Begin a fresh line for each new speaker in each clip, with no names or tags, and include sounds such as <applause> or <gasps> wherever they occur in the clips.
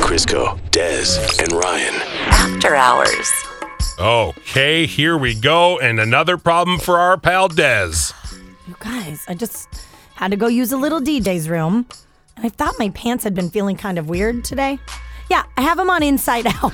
Crisco, Dez, and Ryan.
After hours.
Okay, here we go. And another problem for our pal Dez.
You Oh, guys, I just had to go use a little D Day's room. And I thought my pants had been feeling kind of weird today. Yeah, I have them on inside <laughs> out.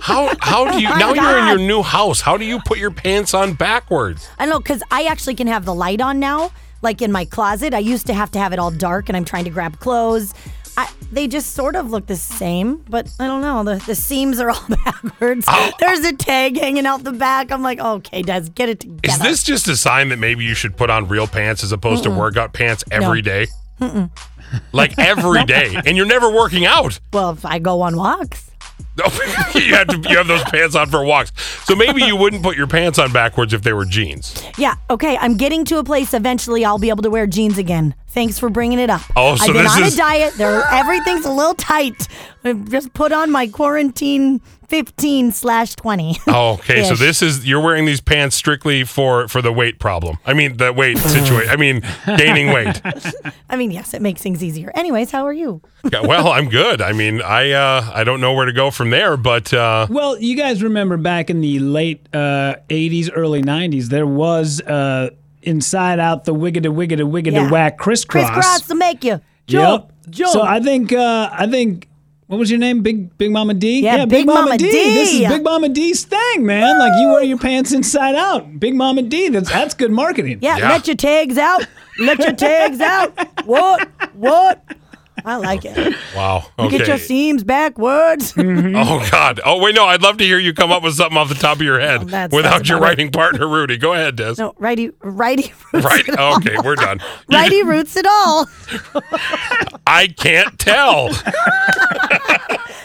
How how
<laughs>
do you
Oh My
now you're in
God.
your new house? How do you put your pants on backwards?
I know, because I actually can have the light on now, like in my closet. I used to have to have it all dark and I'm trying to grab clothes. I, they just sort of look the same, but I don't know. The, the seams are <laughs> all backwards.
Oh, uh
There's a tag hanging out the back. I'm like, okay, Des, get it together.
Is this just a sign that maybe you should put on real pants as opposed to workout pants every day?
<laughs>
Like every day, and you're never working out. <laughs>
Well, if I go on walks.
you have to you have those pants on for walks. So maybe you wouldn't put your pants on backwards if they were jeans.
Yeah, okay, I'm getting to a place eventually I'll be able to wear jeans again. Thanks for bringing it up.
Oh, so
I've been
this
on
is-
a diet. There, everything's a little tight. I've just put on my quarantine 15 slash 20.
Okay, so
Ish.
this is you're wearing these pants strictly for for the weight problem. I mean the weight situation. I mean gaining weight.
<laughs> I mean, yes, it makes things easier. Anyways, how are you?
Yeah, well, I'm good. I mean, I uh, I don't know where to go from there, but uh,
Well, you guys remember back in the late uh, 80s, early 90s, there was uh, Inside Out, the Wiggada Wiggada Wiggada
Yeah.
Whack Crisscross.
Crisscross to make you.
Yep.
Jump, jump.
So I think uh, I think what was your name? Big Big Mama D.
Yeah, Big Mama D.
This is Big Mama D's thing, man. Like you wear your pants inside out. Big Mama D. That's that's good marketing.
yeah,
Yeah.
let your tags out. Let your tags out. What? What? I like it.
wow.
Get your
Okay.
seams backwards.
Oh God. Oh wait, no. I'd love to hear you come up with something off the top of your head
that's-
without
that's
your
about it.
writing partner Rudy. Go ahead, Des.
no, righty, righty roots.
Right.
It all.
Okay, we're
<laughs>
done. You-
Righty roots at all.
<laughs> I can't
<laughs>
tell.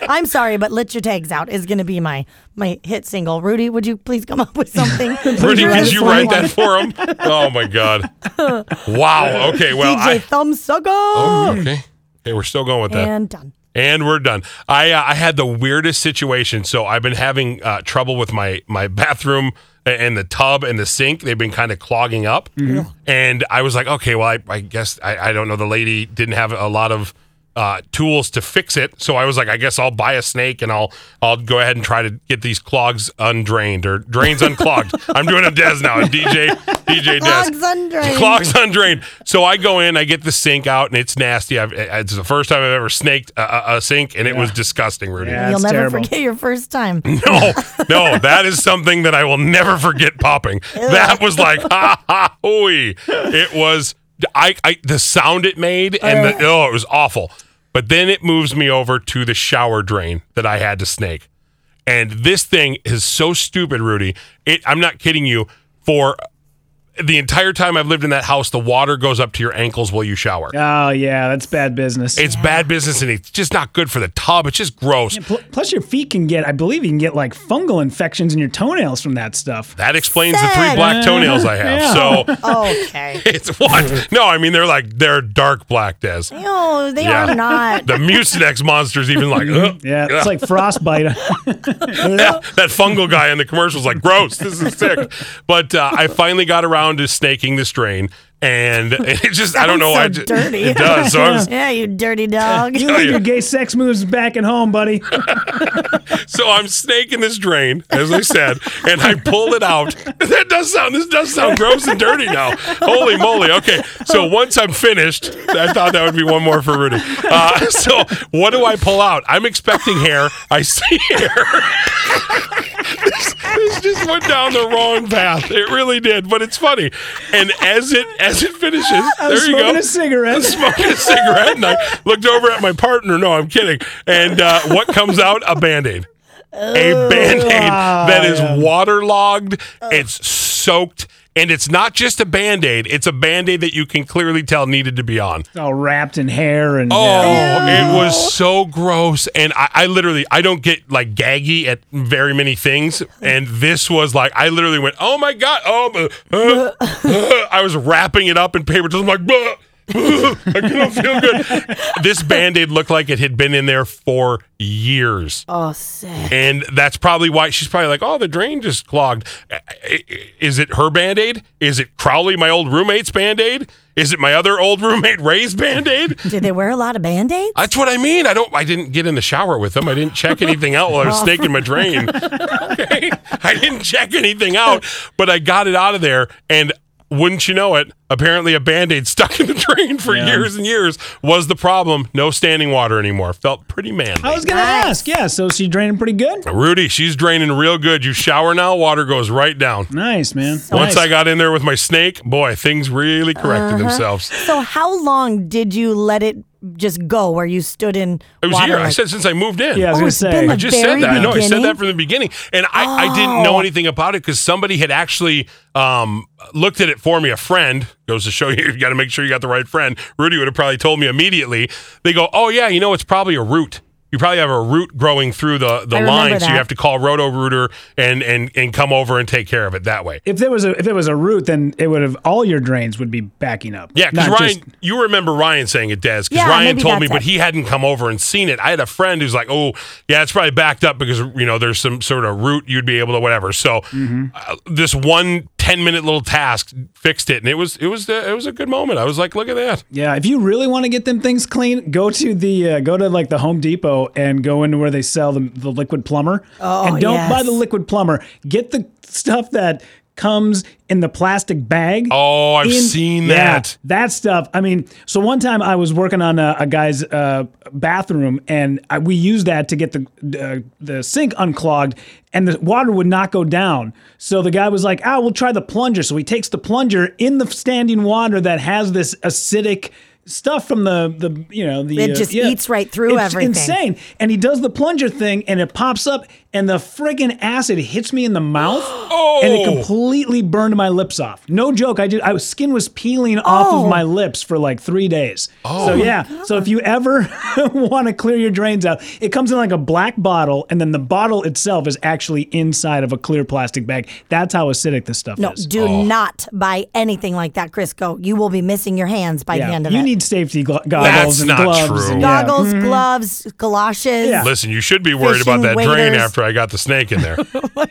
I'm sorry, but "Let Your Tags Out" is going to be my my hit single. Rudy, would you please come up with something?
<laughs> Rudy,
You're
could
the
you
only
write
one.
that for him? Oh my
<laughs>
God. Wow. Okay. Well,
DJ
I. Oh,
Thumbsucker
Okay. Okay, we're still going with that.
and done.
And we're done. I uh, I had the weirdest situation. So I've been having uh, trouble with my my <laughs> bathroom a- and the tub and the sink. They've been kind of clogging up.
Mm-hmm.
And I was like, okay, well, I, I guess I, I don't know. The lady didn't have a lot of uh, tools to fix it, so I was like, I guess I'll buy a snake and I'll I'll go ahead and try to get these clogs undrained or
<laughs>
drains unclogged. I'm doing a Des now, a DJ DJ Des.
Clogs undrained.
Clogs undrained. So I go in, I get the sink out, and it's nasty. I've, it's the first time I've ever snaked a, a, a sink, and it was disgusting, Rudy.
Yeah,
You'll
it's
never
terrible.
forget your first
<laughs>
time.
No, no, that is something that I will never forget popping. That was like, <laughs> ha ha, hooey. It was, I, I, the sound it made, and the, oh, it was awful. But then it moves me over to the shower drain that I had to snake. And this thing is so stupid, Rudy. It, I'm not kidding you. For the entire time I've lived in that house, the water goes up to your ankles while you shower.
Oh yeah, that's bad business.
It's bad business and it's just not good for the tub. It's just gross.
Pl- Plus, your feet can get, I believe you can get like fungal infections in your toenails from that stuff.
That explains the three
Sick.
black toenails I have.
Yeah.
So
Oh, Okay.
It's what? No, I mean they're like they're dark black des.
No, Oh, they
Yeah.
are not.
The
<laughs>
Mucinex monster's even like "Ugh."
Uh, Yeah, it's like <laughs> frostbite.
<laughs> Yeah, that fungal guy in the commercial's like gross. This is sick. But uh, I finally got around to snaking this drain, and <laughs> it just <laughs> I don't know why I
Sounds so
ju-
dirty.
it
<laughs>
does. So, I was,
yeah, you dirty dog.
you leave
yeah.
your gay sex moves back at
<laughs>
home, buddy.
so I'm snaking this drain, as I said, and I pull it out. <laughs> That does sound this does sound gross and dirty now. Holy moly! Okay, so once I'm finished, I thought that would be one more for Rudy. Uh, <laughs> so what do I pull out? I'm expecting hair. I see hair. <laughs> this just went down the wrong path. It really did, but it's funny. And as it as it finishes,
I'm
there you
smoking
go
a
<laughs>
cigarette.
smoking a cigarette and I looked over at my partner. No, I'm kidding. And uh, what comes out? A band aid. A band aid that is waterlogged, it's soaked, and it's not just a band aid, it's a band aid that you can clearly tell needed to be on.
All wrapped in hair and. uh,
Oh,
yeah.
it was so gross. And I, I literally, I don't get like gaggy at very many things. And this was like, I literally went, oh my God. Oh, uh, uh, uh." I was wrapping it up in paper. towels. I'm like, "Bah, I don't feel good. This band aid looked like it had been in there for years.
Oh, sick.
And that's probably why she's probably like, oh, the drain just clogged. I- I- Is it her band aid? Is it Crowley, my old roommate's band aid? Is it my other old roommate, Ray's band aid?
Did they wear a lot of band aids?
That's what I mean. I don't. I didn't get in the shower with them. I didn't check anything out while I
<laughs> Oh,
was staking my drain. Okay, I didn't check anything out, but I got it out of there. And wouldn't you know it? Apparently, a band aid stuck in the drain for
Yeah.
years and years was the problem. No standing water anymore. Felt pretty manly.
I was gonna
Nice.
ask. Yeah, so she draining pretty good.
Rudy, she's draining real good. You shower now, water goes right down.
Nice, man.
Once
Nice.
I got in there with my snake, boy, things really corrected
Uh-huh.
themselves.
So how long did you let it just go where you stood in
It was
water?
here. I
like-
said since I moved in.
Yeah, I was
Oh,
gonna
it's been
say.
I
the
just said
very
that. I know I said
beginning? Oh.
that from the beginning, and I, I didn't know anything about it because somebody had actually um, looked at it for me. A friend goes to show <laughs> you, you got to make sure you got the right friend. Rudy would have probably told me immediately. They go, "Oh yeah, you know it's probably a root. You probably have a root growing through the the
I remember
line, so you
that.
have to call roto rooter and and and come over and take care of it that way."
If there was a if there was a root, then it would have all your drains would be backing up.
Yeah, because
Not
Ryan,
just-
you remember Ryan saying it, Des, because
Yeah,
Ryan
maybe
told me,
that's
but
it.
he hadn't come over and seen it. I had a friend who's like, oh, yeah, it's probably backed up because, you know, there's some sort of root you'd be able to whatever. So
Mm-hmm.
uh, this one 10 minute little task fixed it. And it was, it was, the, it was a good moment. I was like, look at that.
yeah. If you really want to get them things clean, go to the uh, go to like the Home Depot and go into where they sell the, the liquid plumber.
Oh,
and don't buy
yes.
the liquid plumber. Get the stuff that comes in the plastic bag.
Oh, I've
in-
seen
Yeah,
that.
that stuff. I mean, so one time I was working on a, a guy's uh, bathroom, and I, we used that to get the uh, the sink unclogged, and the water would not go down. So the guy was like, "Ah, we'll try the plunger." So he takes the plunger in the standing water that has this acidic stuff from the the you know the uh,
It just eats right through
it's
everything.
Insane. And he does the plunger thing, and it pops up, and the friggin' acid hits me in the mouth,
<gasps>
and it
Oh.
completely burned my lips off. No joke. I did. I was skin was peeling off of
Oh.
my lips for like three days. Oh, so yeah. So if you ever <laughs> want to clear your drains out, it comes in like a black bottle, and then the bottle itself is actually inside of a clear plastic bag. That's how acidic this stuff
No,
is.
do not buy anything like that, Crisco. You will be missing your hands by the
Yeah,
end of
you
it.
need safety glo- goggles
That's
and
not
gloves.
true.
And, yeah.
Goggles,
Mm-hmm.
gloves, galoshes.
Yeah.
Listen, you should be worried
Fishing
about that drain
waders. Oh
after I got the snake in
<laughs>
there.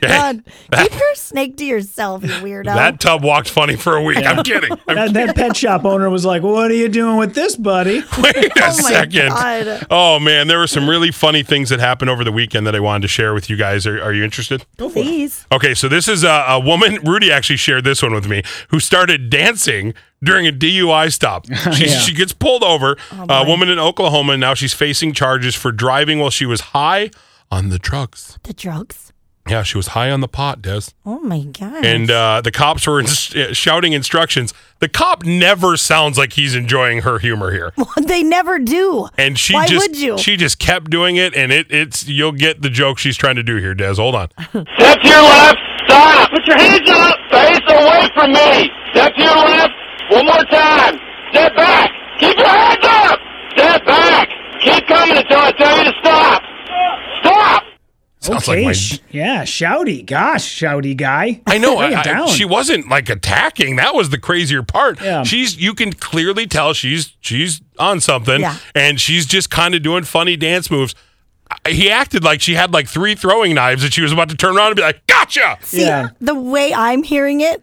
God, keep your snake to yourself, you weirdo.
that tub walked funny for a week. I'm kidding.
<laughs>
I'm
That, that pet shop owner was like, "What are you doing with this, buddy?"
Wait a
Oh my
second.
God.
Oh man, there were some really funny things that happened over the weekend that I wanted to share with you guys. Are, are you interested?
Please.
Okay, so this is a, a woman. Rudy actually shared this one with me, who started dancing during a DUI stop. She,
Yeah.
she gets pulled over.
Oh,
a woman in Oklahoma, and now she's facing charges for driving while she was high on the drugs.
The drugs.
Yeah, she was high on the pot, Des.
Oh my God.
And uh, the cops were ins- uh, shouting instructions. The cop never sounds like he's enjoying her humor
<laughs>
here.
<laughs> they never do.
And she
Why
just
would you?
she just kept doing it, and it it's you'll get the joke she's trying to do here, Des. Hold
<laughs>
on.
Step to your left. Stop. Put your hands up. Face away from me. Step to your left. One more time. Step back. Keep your hands up. Step back. Keep coming until I tell you to stop. Stop.
Sounds
Okay,
like
sh-
my.
yeah, shouty. Gosh, shouty guy.
<laughs> I know.
Lay
I,
it
I-
down.
she wasn't like attacking. That was the crazier part.
Yeah.
She's you can clearly tell she's she's on something,
Yeah.
and she's just kind of doing funny dance moves. I- He acted like she had like three throwing knives, and she was about to turn around and be like, "Gotcha!"
See,
Yeah.
the way I'm hearing it,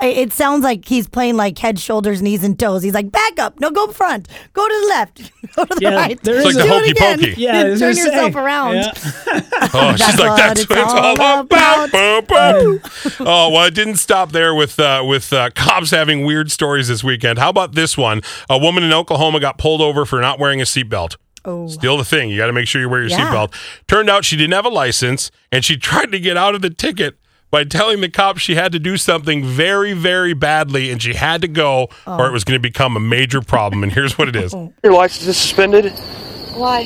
I- it sounds like he's playing like head, shoulders, knees, and toes. He's like, back up, no, go front, go to the left, <laughs> go to the
Yeah,
right.
there It's
is like the a- hokey pokey.
<laughs>
yeah, I was
turn
gonna say.
yourself around.
Yeah.
Oh, she's like,
what
that's
it's
what it's all,
all
about.
about."
Boom, boom. oh, well, it didn't stop there with uh, with uh, cops having weird stories this weekend. How about this one? A woman in Oklahoma got pulled over for not wearing a seatbelt.
Oh.
Still the thing. You got to make sure you wear your
Yeah.
seatbelt. Turned out she didn't have a license, and she <laughs> tried to get out of the ticket by telling the cops she had to do something very, very badly, and she had to go,
Oh.
or it was going to become a major problem. And here's what it
<laughs>
is.
Your license is suspended?
Why?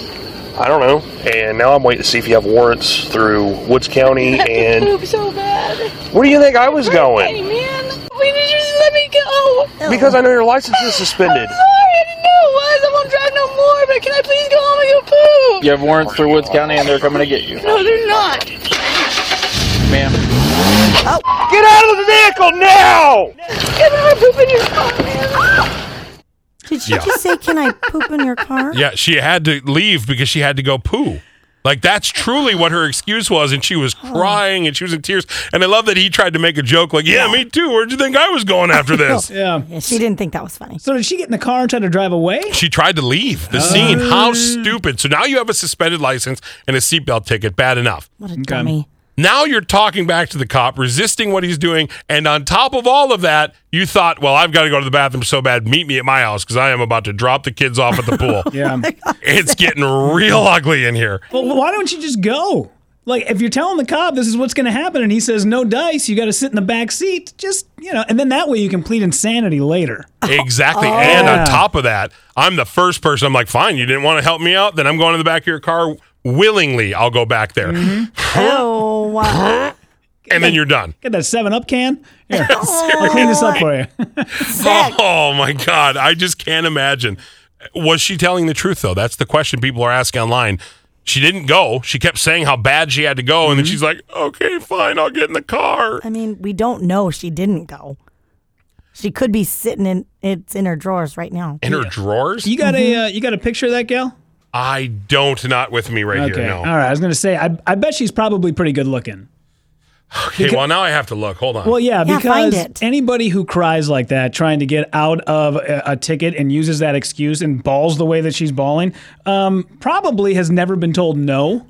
I don't know. And now I'm waiting to see if you have warrants through Woods County and.
poop so bad.
<laughs> Where do you think I was
Hey,
going?
man. Why did you just let me go?
Because I know your license is suspended.
I'm sorry. I didn't know it was. I won't drive no more, but can I please go home and go poop?
You have warrants through Woods County and they're coming to get you,
No, they're not.
ma'am.
Oh, Get out of the vehicle now!
Can I poop in your car, man?
Did she
Yeah.
just say, "Can I poop in your car"?
Yeah, she had to leave because she had to go poo. Like that's truly what her excuse was, and she was crying and she was in tears. And I love that he tried to make a joke, like, "Yeah, me too." Where'd you think <laughs> I was going after this?
<laughs>
Yeah.
Yeah, she didn't think that was funny.
So did she get in the car and try to
<laughs>
drive away?
She tried to leave the scene. How stupid! So now you have a suspended license and a seatbelt ticket. Bad enough.
What a dummy.
Now you're talking back to the cop, resisting what he's doing, and on top of all of that, you thought, "Well, I've got to go to the bathroom so bad. Meet me at my house because I am about to drop the kids off at the <laughs> pool."
Oh
Yeah.
It's getting real ugly in here.
well, why don't you just go? Like if you're telling the cop this is what's going to happen and he says no dice, you got to sit in the back seat. Just, you know, and then that way you can plead insanity later.
Exactly. And
Oh. Yeah.
on top of that, I'm the first person. I'm like, fine, you didn't want to help me out. Then I'm going to the back of your car willingly. I'll go back there.
Mm-hmm.
Oh, wow.
And then you're done.
Get that 7 up can.
<laughs>
Here.
Oh
I'll clean this up for you.
Zach.
<laughs> Oh my God. I just can't imagine. Was she telling the truth, though? That's the question people are asking online. She didn't go. She kept saying how bad she had to go.
Mm-hmm.
And then she's like, okay, fine, I'll get in the car.
I mean, we don't know she didn't go. She could be sitting in it's in her drawers right now.
In her drawers?
You got a uh, you got a picture of that gal?
I don't, not with me right
Okay.
here. No.
All right. I was going to say I I bet she's probably pretty good looking.
Okay, well, now I have to look. Hold on.
Well, yeah,
Yeah, find
because
it.
anybody who cries like that, trying to get out of a, a ticket and uses that excuse and balls the way that she's bawling, um, probably has never been told no.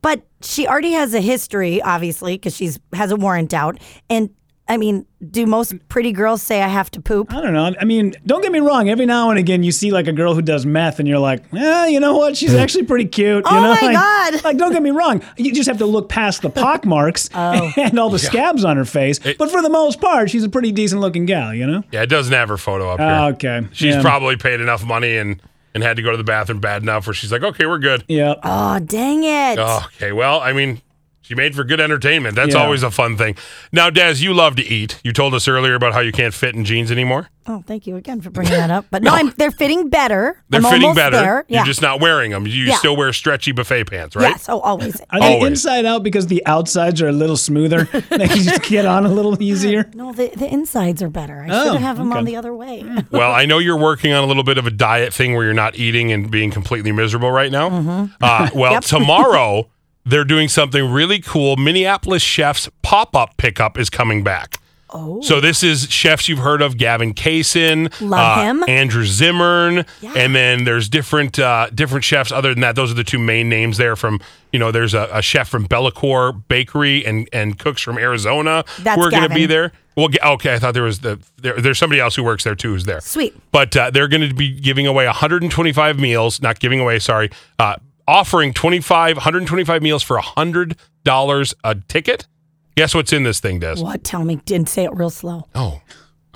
But she already has a history, obviously, because she's has a warrant out. And I mean, do most pretty girls say I have to
<gasps>
poop?
I don't know. I mean, don't get me wrong. Every now and again, you see like a girl who does meth, and you're like, eh, you know what? She's actually pretty cute. You
Oh
know?
my
like,
God.
Like, don't get me wrong. You just have to look past the
<laughs>
pock marks
Oh.
and all the scabs on her face. but for the most part, she's a pretty decent looking gal. You know?
yeah, it doesn't have her photo
Oh,
up here.
okay.
She's
yeah.
probably paid enough money and and had to go to the bathroom bad enough where she's like, okay, we're good.
Yeah.
Oh, dang it.
okay, well, I mean, she made for good entertainment. That's
Yeah.
always a fun thing. Now, Daz, you love to eat. You told us earlier about how you can't fit in jeans anymore.
Oh, thank you again for bringing that up. But no, I'm, they're fitting better.
They're
I'm
fitting
almost
better.
There. Yeah.
You're just not wearing them. You
Yeah.
still wear stretchy buffet pants, right?
Yes. Oh, always.
Are they
Always.
inside out because the outsides are a little smoother? <laughs> they can just get on a little easier.
No, the, the insides are better. I
Oh,
should have them on
okay.
the other way.
Well, I know you're working on a little bit of a diet thing where you're not eating and being completely miserable right now.
Mm-hmm.
Uh, well,
<laughs>
tomorrow they're doing something really cool. Minneapolis Chef's pop up pickup is coming back. Oh. So this is chefs you've heard of: Gavin Kaysen, uh,
Love him.
Andrew Zimmern,
Yeah.
and then there's different uh, different chefs. Other than that, those are the two main names there. From you know, there's a, a chef from Bellacore Bakery and and cooks from Arizona
That's
who are going to be
Gavin.
there. Well, ga- okay, I thought there was the there, there's somebody else who works there too who's there.
Sweet.
But uh, they're going to be giving away 125 meals, not giving away, sorry, uh, offering 25, 125 meals for $100 a ticket. Guess what's in this thing, Des?
What? Tell me. Didn't say it real slow.
Oh. <laughs>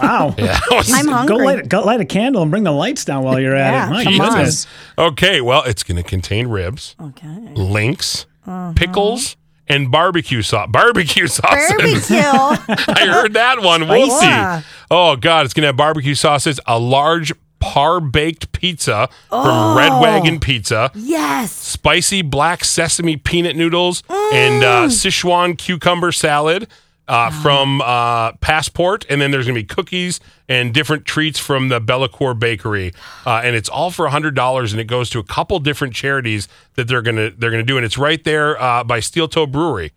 Wow.
Yeah. that was-
I'm
Go
hungry.
light, go light a candle and bring the lights down while you're at
Yeah,
it. My
come on.
goodness.
Okay, well, it's going to contain ribs,
Okay.
links,
Uh-huh.
pickles, and barbecue sauce. Barbecue <laughs> sauce.
Barbecue.
I heard that one. We'll
Spicy.
see. Oh God, it's gonna have barbecue sauces, a large par baked pizza from Red Wagon Pizza,
<laughs> yes.
spicy black sesame peanut noodles, and uh, Sichuan cucumber salad. Uh, From uh, Passport, and then there's gonna be cookies and different treats from the Bellacore Bakery, uh, and it's all for hundred dollars, and it goes to a couple different charities that they're gonna they're gonna do, and it's right there uh, by Steel Toe Brewery.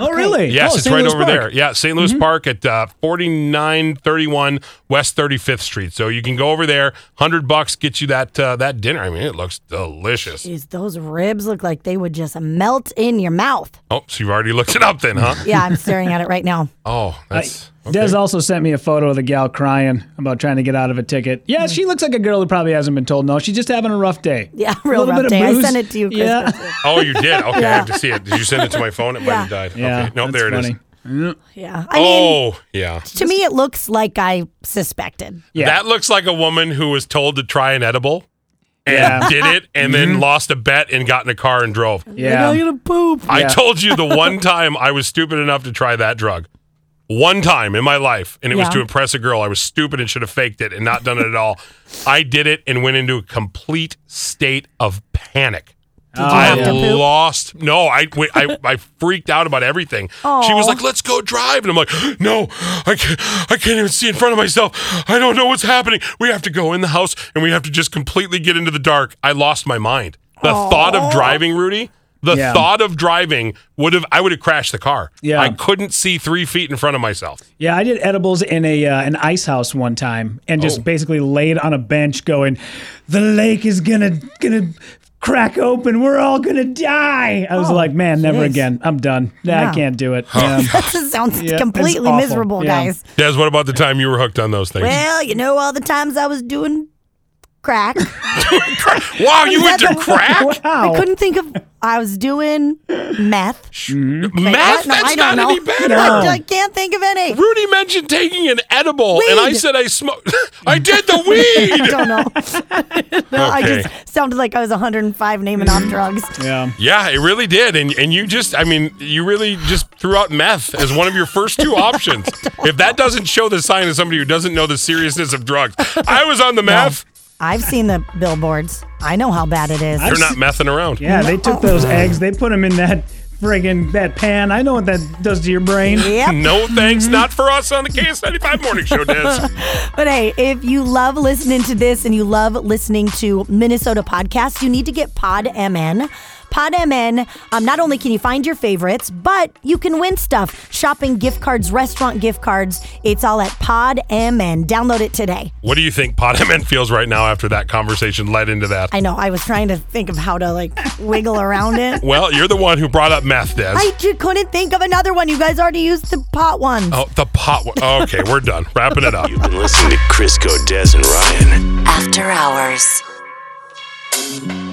Oh, really?
Yes,
Oh,
it's
St.
right
Louis
over
Park. Mm-hmm.
there. Yeah, St. Louis Park at uh, 4931 West 35th Street. So you can go over there. 100 bucks gets you that uh, that dinner. I mean, it looks delicious.
Jeez, those ribs look like they would just melt in your mouth.
Oh, so you've already looked it up then,
<laughs>
huh?
Yeah, I'm staring at it right now. <laughs>
Oh, that's
Des also sent me a photo of the gal crying about trying to get out of a ticket. Yeah, she looks like a girl who probably hasn't been told no. She's just having a rough day.
Mm. Yeah,
A
real
little
rough
bit of
day. I
booze.
sent it to you, Chris.
<laughs>
Yeah.
Oh, you did. Okay, I have to see it. Did you send it to my phone? It might have died.
Yeah.
okay. Nope,
that's
there it is.
funny.
Yeah. I mean,
oh, yeah.
to me, it looks like I suspected.
Yeah.
That looks like a woman who was told to try an edible and
Yeah. Mm-hmm.
did it and then lost a bet and got in a car and drove.
Yeah.
gonna poop.
I
Yeah.
told you the one time I was stupid enough to try that drug. One time in my life, and it was
Yeah.
to impress a girl. I was stupid and should have faked it and not done it at all. I did it and went into a complete state of panic.
Did you
I
have to poop?
lost. No, I, wait, I I freaked out about everything. She was
Aw.
like, "Let's go drive," and I'm like, "No, I can't, I can't even see in front of myself. I don't know what's happening. We have to go in the house and we have to just completely get into the dark." I lost my mind. The thought of driving, Rudy. The
Yeah.
thought of driving would have I would have crashed the car.
Yeah.
I couldn't see three feet in front of myself.
Yeah, I did edibles in a uh, an ice house one time, and just
Oh.
basically laid on a bench, going, "The lake is gonna gonna crack open. We're all gonna die." I was
Oh,
like, "Man, never
jeez.
again. I'm done. Nah,
Yeah.
I can't do it."
<laughs>
Um, Yeah.
<laughs> That just sounds
Yeah, it's
completely
awful.
miserable,
Yeah.
guys.
Des, what about the time you were hooked on those things?
Well, you know, all the times I was doing crack,
<laughs>
wow, you
is
went
that
to
the- <laughs>
crack?
I
wow.
couldn't think of. I was doing meth.
Math?
No,
That's
I don't
not
know.
any better.
I can't think of any.
Rudy mentioned taking an edible, and I
Weed.
said I smoked. <laughs> I did the
I <laughs>
weed.
don't know. I just sounded like I was 105 naming off drugs.
Yeah.
yeah, it really did, and and you just, I mean, you really just threw out meth as one of your first
<laughs>
two options. If that doesn't show the sign of somebody who doesn't know the seriousness of drugs, I was on the meth.
I've seen the billboards. I know how bad it is.
You're not messing around.
Yeah, they took
Oh.
those eggs, they put them in that friggin' that pan. I know what that does to your brain.
<laughs>
Yep. Mm-hmm.
No thanks, not for us on the KS95 Morning Show, Des.
But hey, if you love listening to this and you love listening to Minnesota podcasts, you need to get Pod MN. Pod MN, um, not only can you find your favorites, but you can win stuff. Shopping gift cards, restaurant gift cards. It's all at Pod MN. Download it today.
What do you think Potaman feels right now after that conversation led into that?
I know, I was trying to think of how to like wiggle around it.
Well, you're the one who brought up meth, Des.
I ju- couldn't think of another one. You guys already used the pot ones.
Oh, the pot. Okay, we're done. Wrapping it
<laughs>
up.
Been listening to Crisco, Des, and Ryan.
After Hours.